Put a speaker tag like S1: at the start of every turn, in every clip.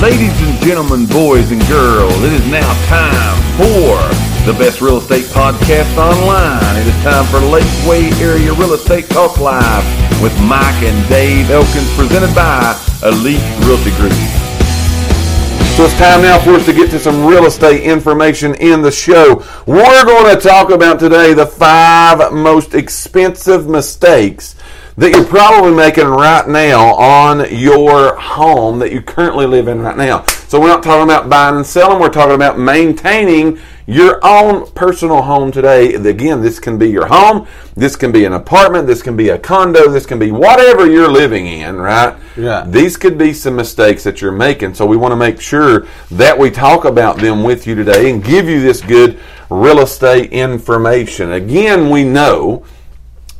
S1: Ladies and gentlemen, boys and girls, it is now time for the best real estate podcast online. It is time for Lakeway Area Real Estate Talk Live with Mike and Dave Elkins, presented by Elite Realty Group. So it's time now for us to get to some real estate information in the show. We're going to talk about today the five most expensive mistakes that you're probably making right now on your home that you currently live in right now. So we're not talking about buying and selling, we're talking about maintaining your own personal home today. Again, this can be your home, this can be an apartment, this can be a condo, this can be whatever you're living in, right?
S2: Yeah.
S1: These could be some mistakes that you're making, so we want to make sure that we talk about them with you today and give you this good real estate information. Again, we know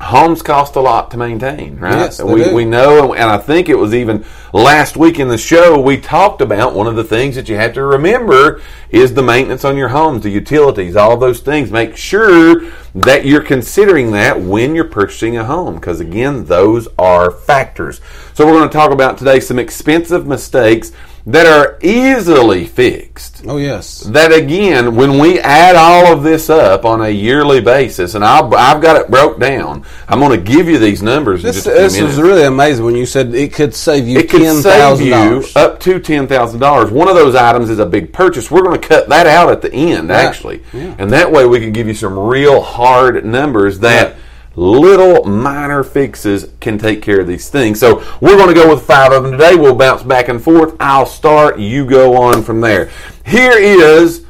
S1: homes cost a lot to maintain, right?
S2: Yes, they
S1: we,
S2: do.
S1: we know, and I think it was even last week in the show we talked about one of the things that you have to remember is the maintenance on your homes, the utilities, all those things. Make sure that you're considering that when you're purchasing a home, because again, those are factors. So we're going to talk about today some expensive mistakes that are easily fixed
S2: Oh yes.
S1: that again, when we add all of this up on a yearly basis, and I've, I've got it broke down, I'm going to give you these numbers in
S2: This,
S1: just a few
S2: this
S1: minutes.
S2: was really amazing when you said it could save you
S1: it could
S2: ten
S1: save
S2: thousand
S1: you
S2: dollars.
S1: up to ten thousand dollars. One of those items is a big purchase. We're going to cut that out at the end, actually, and that way we can give you some real hard numbers that.
S2: Right.
S1: Little minor fixes can take care of these things. So we're going to go with five of them today. We'll bounce back and forth. I'll start. You go on from there. Here is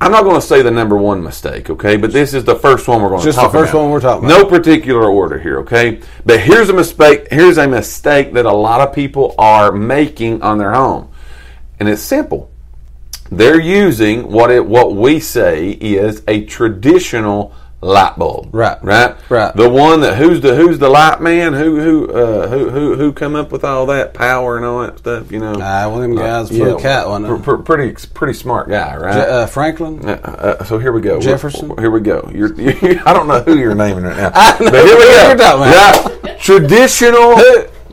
S1: I'm not going to say the number one mistake, okay? But this is the first one we're going
S2: Just
S1: to
S2: the
S1: talk about.
S2: first one we're talking
S1: No particular order here, okay? But here's a mistake. Here's a mistake that a lot of people are making on their home, and it's simple. They're using what it what we say is a traditional light bulb,
S2: Right.
S1: Right,
S2: Right.
S1: The one that who's the who's the light man? Who who uh, who who who come up with all that power and all that stuff? You know,
S2: Ah, one
S1: uh,
S2: of them guys flew a cat one.
S1: pr- pr- pretty pretty smart guy, right?
S2: Uh, Franklin.
S1: Uh, uh, so here we go.
S2: Jefferson?
S1: Here we go. You're, you I don't know who you're naming right now.
S2: I know
S1: but here we
S2: who
S1: go.
S2: you're talking about.
S1: Right. Traditional.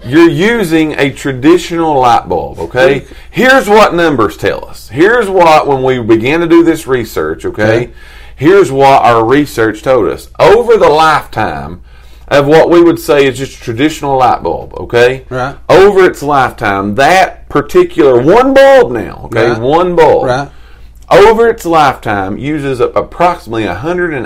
S1: You're using a traditional light bulb, okay? Here's what numbers tell us. Here's what, when we began to do this research, okay?
S2: Okay.
S1: Here's what our research told us. Over the lifetime of what we would say is just traditional light bulb, okay?
S2: Right.
S1: Over its lifetime, that particular one bulb now, okay?
S2: Right.
S1: One bulb
S2: Right.
S1: over its lifetime uses up approximately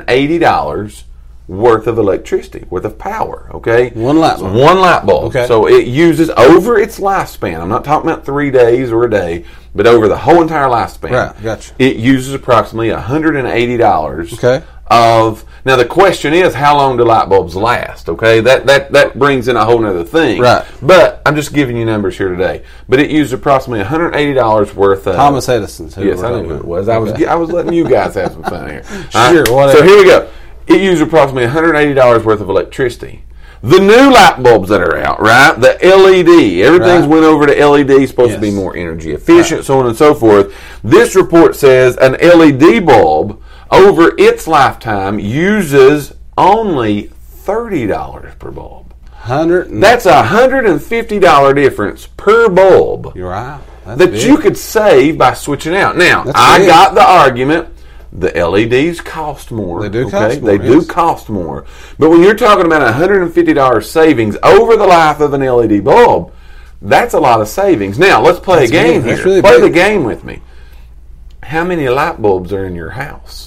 S1: $180 worth of electricity, worth of power, okay?
S2: One light bulb.
S1: One light bulb.
S2: Okay.
S1: So it uses over its lifespan. I'm not talking about 3 days or a day, but over the whole entire lifespan.
S2: Right, gotcha.
S1: It uses approximately $180
S2: Okay.
S1: of Now the question is how long do light bulbs last, okay? That that that brings in a whole other thing.
S2: Right.
S1: But I'm just giving you numbers here today. But it used approximately $180 worth of
S2: Thomas Edison. who
S1: Yes,
S2: we're
S1: I knew
S2: talking
S1: who it
S2: about.
S1: was. I was I was letting you guys have some fun here. All
S2: Sure, whatever.
S1: So here we go. It used approximately $180 worth of electricity. The new light bulbs that are out, right? The LED. Everything's
S2: Right.
S1: went over to LED, supposed to be
S2: Yes.
S1: more energy efficient, so on and so forth. This report says an LED bulb over its lifetime uses only $30 per bulb.
S2: Hundred. and-
S1: That's a $150 difference per bulb
S2: You're right. That's
S1: that
S2: big.
S1: you could save by switching out. Now,
S2: That's
S1: I
S2: big.
S1: got the argument. The LEDs cost more.
S2: They do cost more,
S1: They do
S2: yes.
S1: cost more. But when you're talking about a $150 savings over the life of an LED bulb, that's a lot of savings. Now, let's play
S2: That's
S1: a game
S2: big. That's
S1: here.
S2: really
S1: play
S2: big.
S1: the game with me. How many light bulbs are in your house?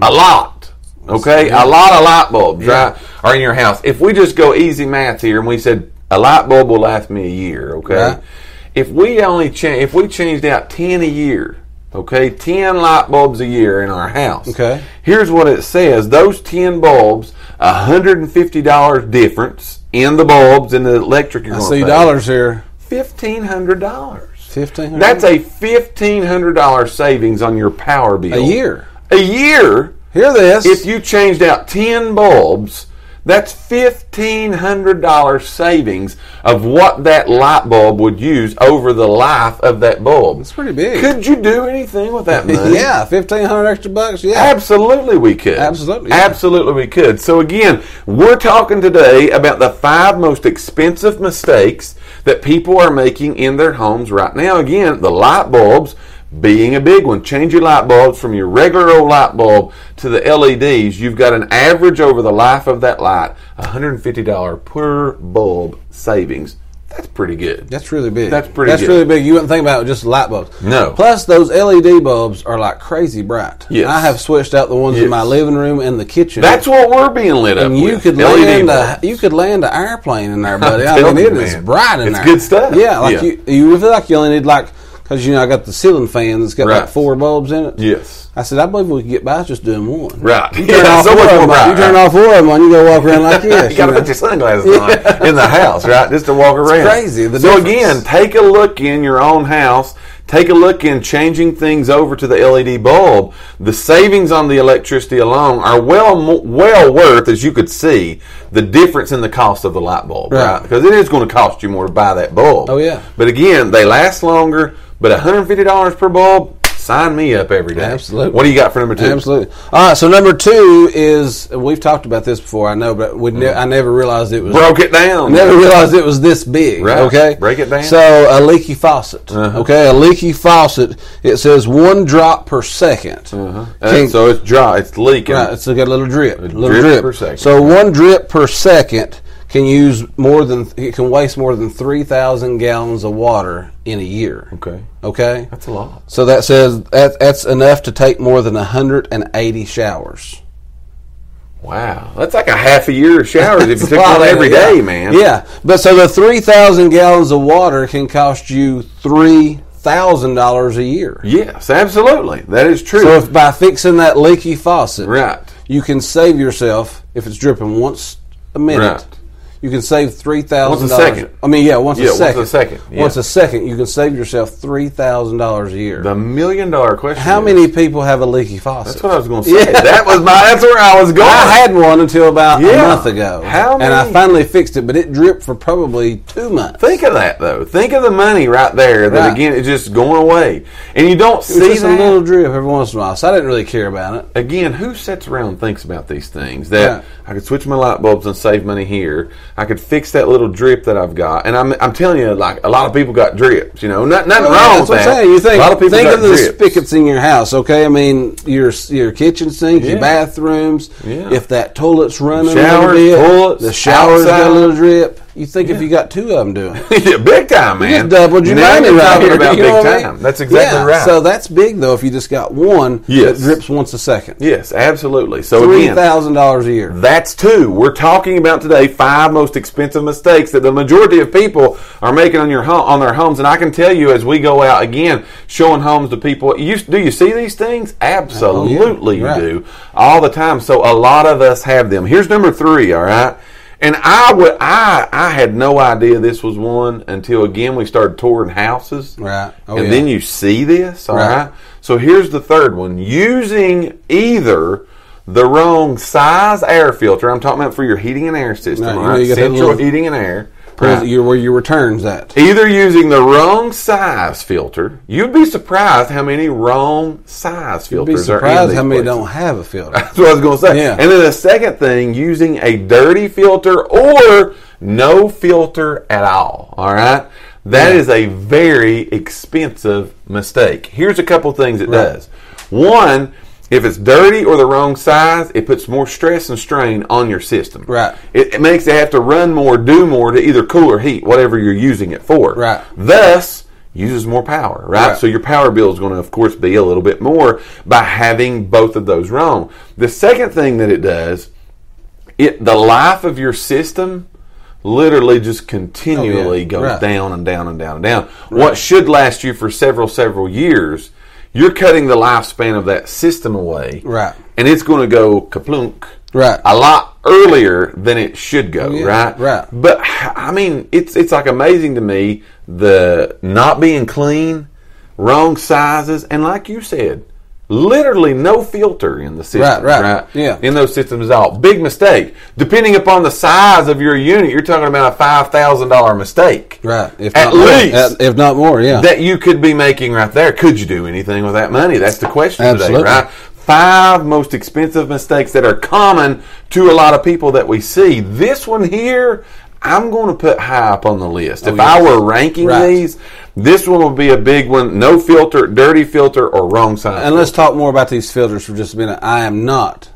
S1: A lot. Okay, a lot of light bulbs right, are in your house. If we just go easy math here, and we said a light bulb will last me a year, okay?
S2: Right.
S1: If we only cha- if we changed out ten a year, okay, ten light bulbs a year in our house.
S2: Okay.
S1: Here's what it says: those ten bulbs, hundred and fifty dollars difference in the bulbs and the electric. You're
S2: I
S1: gonna
S2: see
S1: pay.
S2: dollars here.
S1: Fifteen hundred dollars.
S2: Fifteen.
S1: That's a fifteen hundred dollars savings on your power bill
S2: a year.
S1: A year.
S2: Hear this.
S1: If you changed out 10 bulbs, that's $1,500 savings of what that light bulb would use over the life of that bulb.
S2: That's pretty big.
S1: Could you do anything with that money?
S2: yeah, fifteen hundred extra bucks. Yeah.
S1: Absolutely, we could.
S2: Absolutely, yeah.
S1: Absolutely, we could. So, again, we're talking today about the five most expensive mistakes that people are making in their homes right now. Again, the light bulbs being a big one. Change your light bulbs from your regular old light bulb to the LEDs. You've got an average over the life of that light, $150 per bulb savings. That's pretty good.
S2: That's really big.
S1: That's pretty
S2: That's
S1: good.
S2: really big. You wouldn't think about it with just light bulbs.
S1: No.
S2: Plus, those LED bulbs are like crazy bright.
S1: Yes.
S2: I have switched out the ones in my
S1: Yes.
S2: living room and the kitchen.
S1: That's what we're being lit up
S2: and you
S1: with. E
S2: could
S1: LED
S2: land
S1: bulbs.
S2: a you could land an airplane in there, buddy. I
S1: telling
S2: mean, it
S1: you,
S2: is
S1: man.
S2: bright in
S1: It's
S2: there.
S1: good stuff.
S2: Yeah, like
S1: Yeah.
S2: you you feel like you only need like because you know I got the ceiling fan that's got
S1: Right.
S2: like four bulbs in it.
S1: Yes.
S2: I said I believe we could get by just doing one.
S1: Right.
S2: You
S1: Yeah,
S2: turn off
S1: so
S2: four
S1: much
S2: of
S1: more
S2: them. on.
S1: bright,
S2: You turn
S1: right.
S2: off four of them on. You go walk around like this.
S1: you got to
S2: know.
S1: put your sunglasses on in the house, right? Just to walk around.
S2: crazy, the
S1: so
S2: difference.
S1: again, take a look in your own house. Take a look in changing things over to the LED bulb. The savings on the electricity alone are well mo- well worth, as you could see, the difference in the cost of the light bulb, right?
S2: Right.
S1: Because it is going to cost you more to buy that bulb.
S2: Oh, yeah.
S1: But again, they last longer. But one hundred fifty dollars per bulb. Sign me up every day.
S2: Absolutely.
S1: What do you got for number two?
S2: Absolutely. All right. So number two is we've talked about this before. I know, but we ne- I never realized it was.
S1: Broke it down.
S2: I never realized it was this big.
S1: Right.
S2: Okay.
S1: Break it down. Uh-huh.
S2: So a leaky faucet. Okay. A leaky faucet. It says one drop per 2nd
S1: Uh, so it's dry. It's leaking.
S2: Right, it's got a little drip, little
S1: drip
S2: drip,
S1: per second.
S2: So one drip per second can use more than it can waste more than three thousand gallons of water in a year.
S1: Okay.
S2: Okay,
S1: That's a lot.
S2: So that says that that's enough to take more than hundred and eighty showers.
S1: Wow, that's like a half a year of showers if you
S2: That's
S1: took
S2: a lot,
S1: one every
S2: yeah.
S1: day, man.
S2: Yeah, but so the three thousand gallons of water can cost you three thousand dollars a year.
S1: Yes, absolutely. That is true.
S2: So if by fixing that leaky faucet,
S1: right.
S2: you can save yourself if it's dripping once a minute.
S1: Right.
S2: You can save three thousand
S1: second.
S2: dollars. I mean, yeah, once
S1: Yeah,
S2: a
S1: once a
S2: second.
S1: second, yeah.
S2: Once a second, you can save yourself three thousand dollars a year.
S1: The million dollar question.
S2: How
S1: is-
S2: many people have a leaky faucet?
S1: That's what I was going to say.
S2: Yeah.
S1: That was my. That's where I was going.
S2: I had one until about
S1: Yeah.
S2: a month ago,
S1: How
S2: and I
S1: many?
S2: finally fixed it, but it dripped for probably two months.
S1: Think of that though. Think of the money right there. That
S2: Right.
S1: again is just going away, and you don't
S2: It was
S1: see
S2: just a
S1: that.
S2: little drip every once in a while, so I didn't really care about it.
S1: again, who sits around and thinks about these things? That
S2: Right.
S1: I could switch my light bulbs and save money here. I could fix that little drip that I've got. And I'm, I'm telling you, like a lot of people got drips. You know, not, nothing
S2: Well,
S1: wrong
S2: that's
S1: with
S2: what
S1: that.
S2: I'm saying. You think,
S1: a lot of people
S2: think
S1: got
S2: of the
S1: drips.
S2: spigots in your house, okay? I mean, your your kitchen sink,
S1: Yeah.
S2: your bathrooms.
S1: Yeah.
S2: If that toilet's running,
S1: Showers,
S2: a little bit,
S1: toilets,
S2: the showers got
S1: outside.
S2: a little drip. You think if you got two of them doing it.
S1: big time, man.
S2: You just doubled your
S1: Now
S2: money
S1: you're
S2: right
S1: talking
S2: here.
S1: about
S2: you know
S1: big
S2: what I mean?
S1: time. That's exactly
S2: Yeah,
S1: right.
S2: So that's big though. If you just got one
S1: Yes.
S2: that drips once a second,
S1: yes, absolutely. So
S2: three
S1: again,
S2: thousand dollars a year.
S1: That's two. We're talking about today five most expensive mistakes that the majority of people are making on your home, on their homes. And I can tell you as we go out again, showing homes to people. You do you see these things? Absolutely, you
S2: Oh, Right.
S1: do all the time. So a lot of us have them. Here's number three. All right. And I would I I had no idea this was one until again we started touring houses.
S2: Right. Oh,
S1: and
S2: yeah.
S1: then you see this, all right.
S2: Right.
S1: So here's the third one using either the wrong size air filter, I'm talking about for your heating and air system,
S2: Right, you
S1: all
S2: know
S1: right?
S2: you got that
S1: Central
S2: little-
S1: heating and air.
S2: Where's
S1: Right.
S2: your- where your returns at?
S1: Either using the wrong size filter, you'd be surprised how many wrong size
S2: You'd be
S1: filters are in
S2: surprised
S1: these
S2: how many
S1: places.
S2: don't have a filter.
S1: That's what I was going to say.
S2: Yeah.
S1: And then the second thing, using a dirty filter or no filter at all. All right. that is a very expensive mistake. Here's a couple things it does. One, if it's dirty or the wrong size, it puts more stress and strain on your system.
S2: Right.
S1: It, it makes it have to run more, do more to either cool or heat, whatever you're using it for.
S2: Right.
S1: Thus, uses more power, right?
S2: Right.
S1: So your power bill is going to, of course, be a little bit more by having both of those wrong. The second thing that it does, it the life of your system literally just continually
S2: Oh, yeah.
S1: goes
S2: Right.
S1: down and down and down and down. What should last you for several several years, you're cutting the lifespan of that system away,
S2: Right.
S1: And it's going to go kaplunk,
S2: Right.
S1: A
S2: Oh,
S1: lot earlier than it should go,
S2: yeah.
S1: right?
S2: Right.
S1: But I mean, it's it's like amazing to me the not being clean, wrong sizes, and like you said, literally no filter in the system.
S2: Right, right, yeah.
S1: In those systems at all, big mistake. Depending upon the size of your unit, you're talking about a five thousand dollar mistake.
S2: Right. If
S1: At
S2: not more.
S1: least.
S2: At- if not more, yeah.
S1: That you could be making right there. Could you do anything with that money? That's the question
S2: Absolutely.
S1: today, right? Five most expensive mistakes that are common to a lot of people that we see. This one here, I'm going to put high up on the list. if
S2: Oh, yes.
S1: I were ranking
S2: Right.
S1: these, this one would be a big one. No filter, dirty filter, or wrong size.
S2: And let's talk more about these filters for just a minute. I am not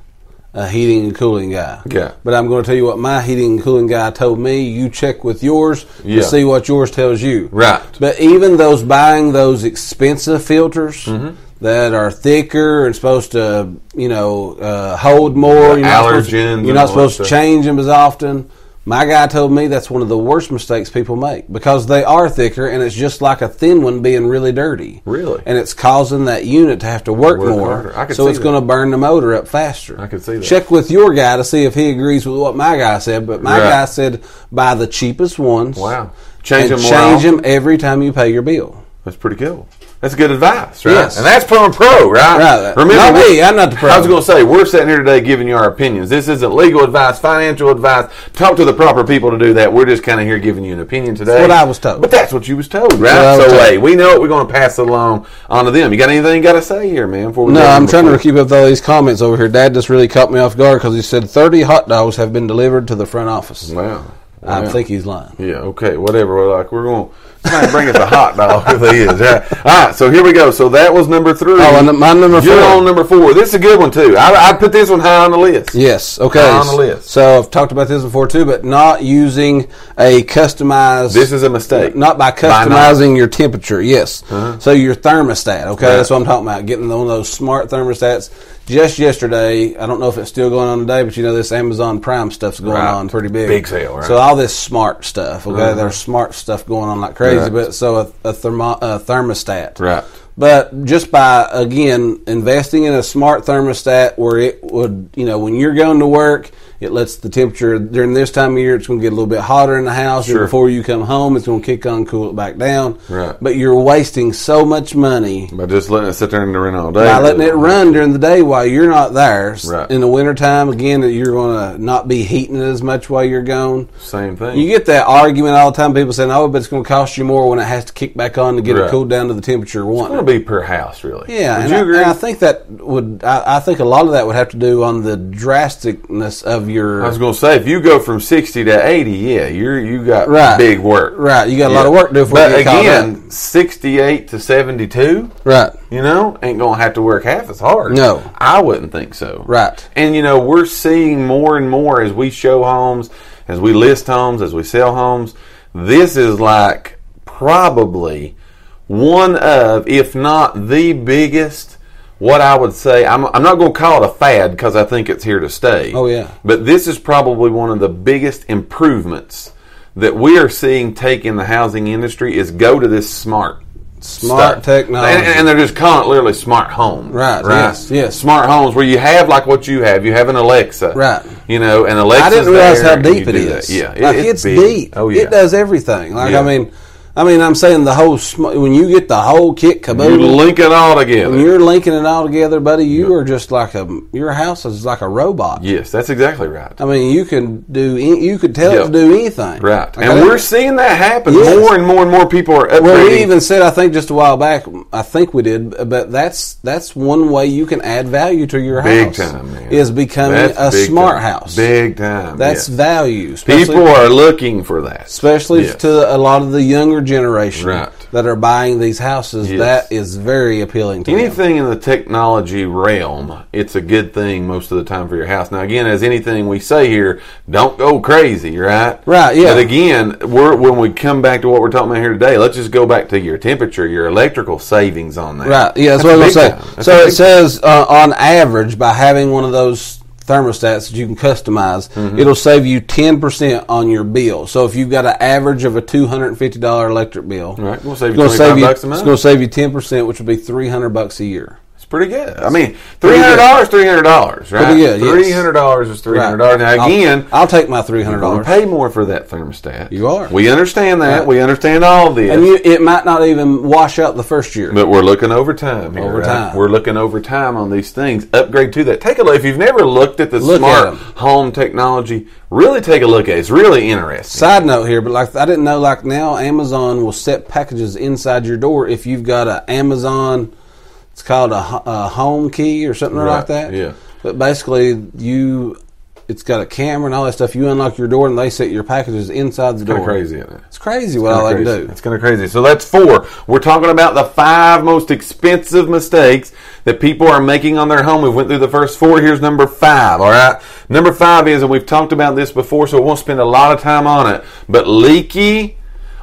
S2: a heating and cooling guy.
S1: Yeah.
S2: But I'm going to tell you what my heating and cooling guy told me. You check with yours
S1: Yeah.
S2: to see what yours tells you.
S1: Right.
S2: But even those buying those expensive filters
S1: Mm-hmm.
S2: that are thicker and supposed to, you know, uh, hold more.
S1: The
S2: you're not supposed to-
S1: allergens and
S2: You're not
S1: all that
S2: supposed to
S1: stuff.
S2: change them as often. My guy told me that's one of the worst mistakes people make because they are thicker and it's just like a thin one being really dirty.
S1: Really?
S2: And it's causing that unit to have to work,
S1: Work
S2: more.
S1: harder. I could
S2: so
S1: see
S2: it's
S1: that.
S2: going to burn the motor up faster.
S1: I could see that.
S2: Check with your guy to see if he agrees with what my guy said. But my
S1: Right.
S2: guy said buy the cheapest ones.
S1: Wow. Change them
S2: and
S1: more
S2: Change
S1: often.
S2: them every time you pay your bill.
S1: That's pretty cool. That's good advice, right?
S2: Yes.
S1: And that's from a pro, right?
S2: Right. Not
S1: we-
S2: me. I'm not the pro.
S1: I was going to say, we're sitting here today giving you our opinions. This isn't legal advice, financial advice. Talk to the proper people to do that. We're just kind of here giving you an opinion today.
S2: what I was told.
S1: But that's what you was told,
S2: what I
S1: right?
S2: was
S1: So,
S2: told.
S1: hey, we know it. We're going to pass it along onto them. You got anything you got to say here, man? Before we
S2: No,
S1: go to
S2: I'm
S1: number
S2: trying
S1: four?
S2: to keep up with all these comments over here. Dad just really caught me off guard because he said 30 hot dogs have been delivered to the front office.
S1: Wow.
S2: I
S1: Wow.
S2: think he's lying.
S1: Yeah, okay, whatever. We're like, we're going to bring us a hot dog if he is. Yeah. All right, so here we go. So that was number three.
S2: Oh, and my number
S1: You're
S2: four.
S1: on number four. This is a good one, too. I, I put this one high on the list.
S2: Yes. Okay.
S1: On the list.
S2: So I've talked about this before too, but not using a customized.
S1: This is a mistake.
S2: Not by
S1: By Uh-huh. not-
S2: customizing your temperature. Yes. So your thermostat. Okay,
S1: Right.
S2: that's what I'm talking about. Getting one of those smart thermostats. Just yesterday, I don't know if it's still going on today, but you know this Amazon Prime stuff's going
S1: Right.
S2: on pretty big.
S1: Big sale, right. Uh-huh.
S2: So all this smart stuff. Okay, there's smart stuff going on like crazy.
S1: Right.
S2: But so a, a, thermo, a thermostat.
S1: Right.
S2: But just by again investing in a smart thermostat where it would, you know, when you're going to work, it lets the temperature during this time of year it's going to get a little bit hotter in the house. and
S1: Sure.
S2: Before you come home, it's going to kick on, cool it back down.
S1: Right.
S2: But you're wasting so much money
S1: By just letting it sit there and run all day.
S2: by letting it run during the day while you're not there. S-
S1: Right.
S2: In the wintertime, again, you're going to not be heating it as much while you're gone.
S1: Same thing.
S2: You get that argument all the time. People saying, "Oh, but it's going to cost you more when it has to kick back on to get
S1: Right.
S2: it cooled down to the temperature one."
S1: it's going to be per house, really.
S2: Yeah,
S1: Would
S2: and,
S1: you
S2: I,
S1: agree?
S2: and I think that would. I, I think a lot of that would have to do on the drasticness of your.
S1: I was going to say, if you go from 60 to 80, yeah, you're, you got
S2: Right.
S1: big work.
S2: right, you got a lot of work to do for
S1: But
S2: you get caught
S1: again, 68 to 72,
S2: up. Right,
S1: you know, ain't going to have to work half as hard.
S2: No.
S1: I wouldn't think so.
S2: right.
S1: And you know, we're seeing more and more as we show homes, as we list homes, as we sell homes. This is like probably one of, if not the biggest, what I would say. I'm, I'm not going to call it a fad because I think it's here to stay.
S2: Oh, yeah.
S1: But this is probably one of the biggest improvements that we are seeing take in the housing industry is go to this smart.
S2: Smart
S1: stuff.
S2: technology.
S1: And, and they're just calling it literally smart home.
S2: Right, yes, yes.
S1: Smart homes where you have like what you have. You have an Alexa.
S2: Right.
S1: You know, and Alexa.
S2: I didn't realize how deep it is.
S1: Yeah.
S2: like it's,
S1: big.
S2: deep.
S1: Oh, yeah.
S2: it does everything. Like
S1: Yeah.
S2: I mean, I mean, I'm saying the whole sm- when you get the whole kit
S1: You
S2: caboodle.
S1: link it all
S2: when
S1: together.
S2: you're linking it all together, buddy. You are just like a your house is like a robot.
S1: Yes, that's exactly right.
S2: I mean, you can do any- you could tell
S1: Yeah.
S2: it to do anything.
S1: Right.
S2: Like, I
S1: and
S2: didn't-
S1: we're seeing that happen.
S2: Yes.
S1: More and more and more people are upgrading.
S2: Well, we even said I think just a while back. I think we did, but that's that's one way you can add value to your
S1: big
S2: house.
S1: time, man.
S2: Is becoming
S1: That's
S2: a
S1: big
S2: smart
S1: time.
S2: house.
S1: Big time.
S2: that's
S1: yes.
S2: value. Especially,
S1: People are looking for that.
S2: especially
S1: Yes.
S2: to a lot of the younger generation
S1: Right.
S2: that are buying these houses.
S1: Yes.
S2: That is very appealing to them.
S1: Anything in the technology realm, it's a good thing most of the time for your house. Now, again, as anything we say here, don't go crazy, right?
S2: Right, yeah.
S1: But again, we're, when we come back to what we're talking about here today, let's just go back to your temperature, your electrical savings on that.
S2: Right. Yeah, that's, what I was
S1: a
S2: going
S1: big
S2: to
S1: time.
S2: say.
S1: That's a
S2: So
S1: big
S2: it says uh, on average, by having one of those thermostats that you can customize,
S1: Mm-hmm.
S2: it'll save you ten percent on your bill. So if you've got an average of a two hundred and fifty dollar electric bill,
S1: Right, we'll save you
S2: it's gonna
S1: 25
S2: you,
S1: bucks a month.
S2: It's going to save you ten percent, which would be three hundred bucks a year.
S1: It's pretty good. I mean, three hundred dollars, three hundred dollars, right?
S2: Pretty good, yes.
S1: Three hundred dollars is three
S2: Right.
S1: hundred dollars. Now,
S2: I'll-
S1: again,
S2: I'll, take my three hundred
S1: you're going
S2: dollars.
S1: to pay more for that thermostat.
S2: You are.
S1: We understand that.
S2: Right.
S1: We understand all this.
S2: And you, it might not even wash out the first year.
S1: But we're looking over time here.
S2: Over
S1: right?
S2: time.
S1: We're looking over time on these things. Upgrade to that. Take a look. If you've never looked at the
S2: Look at
S1: smart
S2: 'em.
S1: home technology, really take a look at it. It's really interesting.
S2: Side note here, but like I didn't know, like now Amazon will set packages inside your door if you've got a Amazon. It's called a, ho- a home key or something
S1: Right,
S2: like that.
S1: yeah.
S2: But basically, you it's got a camera and all that stuff. You unlock your door and they set your packages inside the
S1: Kind
S2: door.
S1: of crazy, isn't it?
S2: It's crazy what all they
S1: Kinda
S2: can
S1: crazy.
S2: do.
S1: It's kind of crazy. So that's four. We're talking about the five most expensive mistakes that people are making on their home. We went through the first four. Here's number five. All right. Number five is, and we've talked about this before, so we won't spend a lot of time on it. But leaky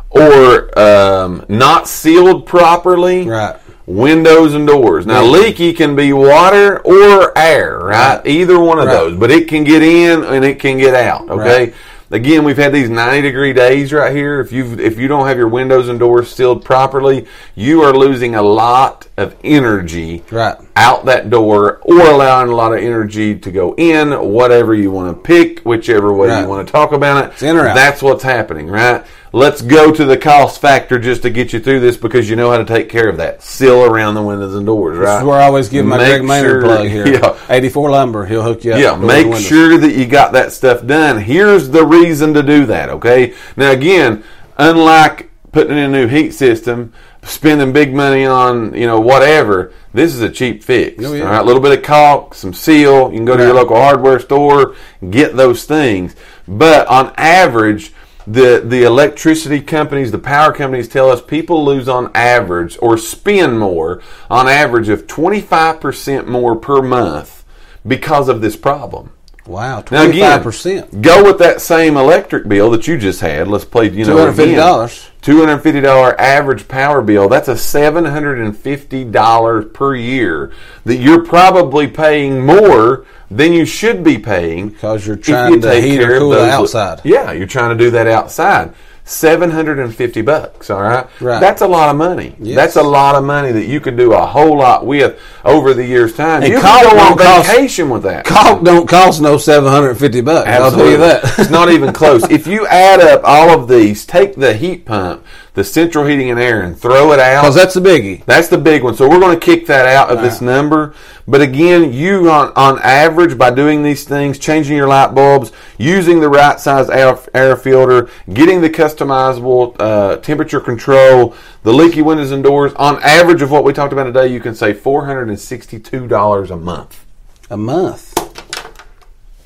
S1: or um, not sealed properly.
S2: Right.
S1: Windows and doors. Now, leaky can be water or air, right? Either one of
S2: Right.
S1: those, but it can get in and it can get out. Okay.
S2: Right.
S1: Again, we've had these 90 degree days right here. If you if you don't have your windows and doors sealed properly, you are losing a lot of energy
S2: Right.
S1: out that door or allowing a lot of energy to go in, whatever you want to pick, whichever way
S2: Right.
S1: you want to talk about it.
S2: in or out.
S1: That's what's happening, right? Let's go to the cost factor just to get you through this because you know how to take care of that. Seal around the windows and doors, right?
S2: This is where I always give my
S1: Make
S2: Greg Maynard
S1: sure-
S2: plug here.
S1: Yeah.
S2: 84 Lumber, he'll hook you up.
S1: Yeah,
S2: Door to
S1: make
S2: windows.
S1: sure that you got that stuff done. Here's the reason to do that, okay? Now, again, unlike putting in a new heat system, spending big money on, you know, whatever, this is a cheap fix.
S2: Oh, yeah.
S1: All right, a little bit of caulk, some seal. You can go to your
S2: Right.
S1: local hardware store, get those things. But on average, the, the electricity companies, the power companies tell us people lose on average or spend more on average of 25% more per month because of this problem.
S2: Wow,
S1: Now, again,
S2: 25%.
S1: go with that same electric bill that you just had. Let's play, you know,
S2: $250.
S1: Two hundred fifty dollar average power bill. That's a seven hundred and fifty dollars per year that you're probably paying more than you should be paying
S2: 'Cause you're
S1: if
S2: trying to
S1: take
S2: heat or
S1: care of
S2: cool the
S1: those-
S2: outside.
S1: Yeah, you're trying to do that outside. Seven hundred and fifty bucks. All right,
S2: Right.
S1: That's a lot of money.
S2: Yes.
S1: That's a lot of money that you could do a whole lot with over the years' time.
S2: And
S1: you can
S2: caulk
S1: go on
S2: won't cost-
S1: vacation with that.
S2: Caulk don't cost no 750 bucks. I'll tell you
S1: it's
S2: that.
S1: not even close. If you add up all of these, take the heat pump, the central heating and air, and throw it out.
S2: Because that's a biggie.
S1: That's the big one. So we're going to kick that out of this number. But again, you on, on average by doing these things, changing your light bulbs, using the right size air, air filter, getting the customizable uh, temperature control, the leaky windows and doors. On average of what we talked about today, you can save four hundred and sixty-two dollars a month.
S2: A month.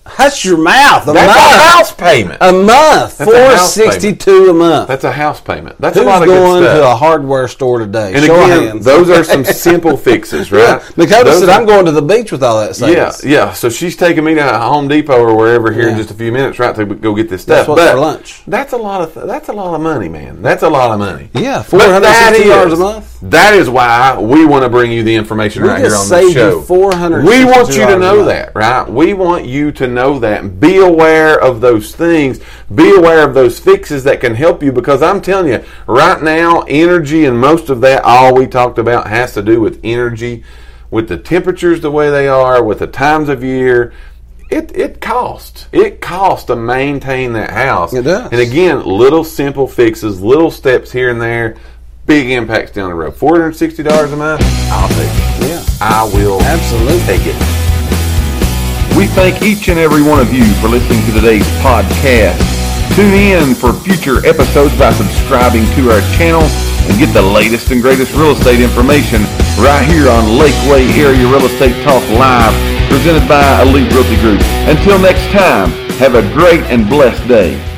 S2: Hush your mouth. A
S1: That's a
S2: month.
S1: house payment.
S2: A month.
S1: That's a
S2: Four
S1: house payment.
S2: sixty-two a month.
S1: That's a house payment. That's
S2: Who's
S1: a lot of
S2: going
S1: good stuff.
S2: to a hardware store today?
S1: And
S2: Show of
S1: again,
S2: hands.
S1: those are some simple fixes, right?
S2: Dakota
S1: Those
S2: said,
S1: are-
S2: "I'm going to the beach with all that
S1: Yeah,
S2: savings."
S1: yeah. So she's taking me to Home Depot or wherever here in
S2: Yeah.
S1: just a few minutes, right? To go get this
S2: That's
S1: stuff.
S2: what's
S1: But
S2: for lunch.
S1: That's a lot of th- that's a lot of money, man. That's a lot of money.
S2: Yeah,
S1: But that
S2: $460
S1: is-
S2: a month.
S1: That is why we want to bring you the information
S2: We
S1: right
S2: just
S1: here on
S2: saved
S1: the
S2: you
S1: show.
S2: $460
S1: We want you
S2: a
S1: to know
S2: month.
S1: that, right? We want you to know that. and Be aware of those things. Be aware of those fixes that can help you because I'm telling you, right now, energy and most of that, all we talked about has to do with energy, with the temperatures the way they are, with the times of year. It, it costs. It costs to maintain that house.
S2: It does.
S1: And again, little simple fixes, little steps here and there, big impacts down the road. Four hundred sixty dollars a month. I'll take it.
S2: Yeah.
S1: I will
S2: Absolutely.
S1: take it. We thank each and every one of you for listening to today's podcast. Tune in for future episodes by subscribing to our channel and get the latest and greatest real estate information right here on Lakeway Area Real Estate Talk Live, presented by Elite Realty Group. Until next time, have a great and blessed day.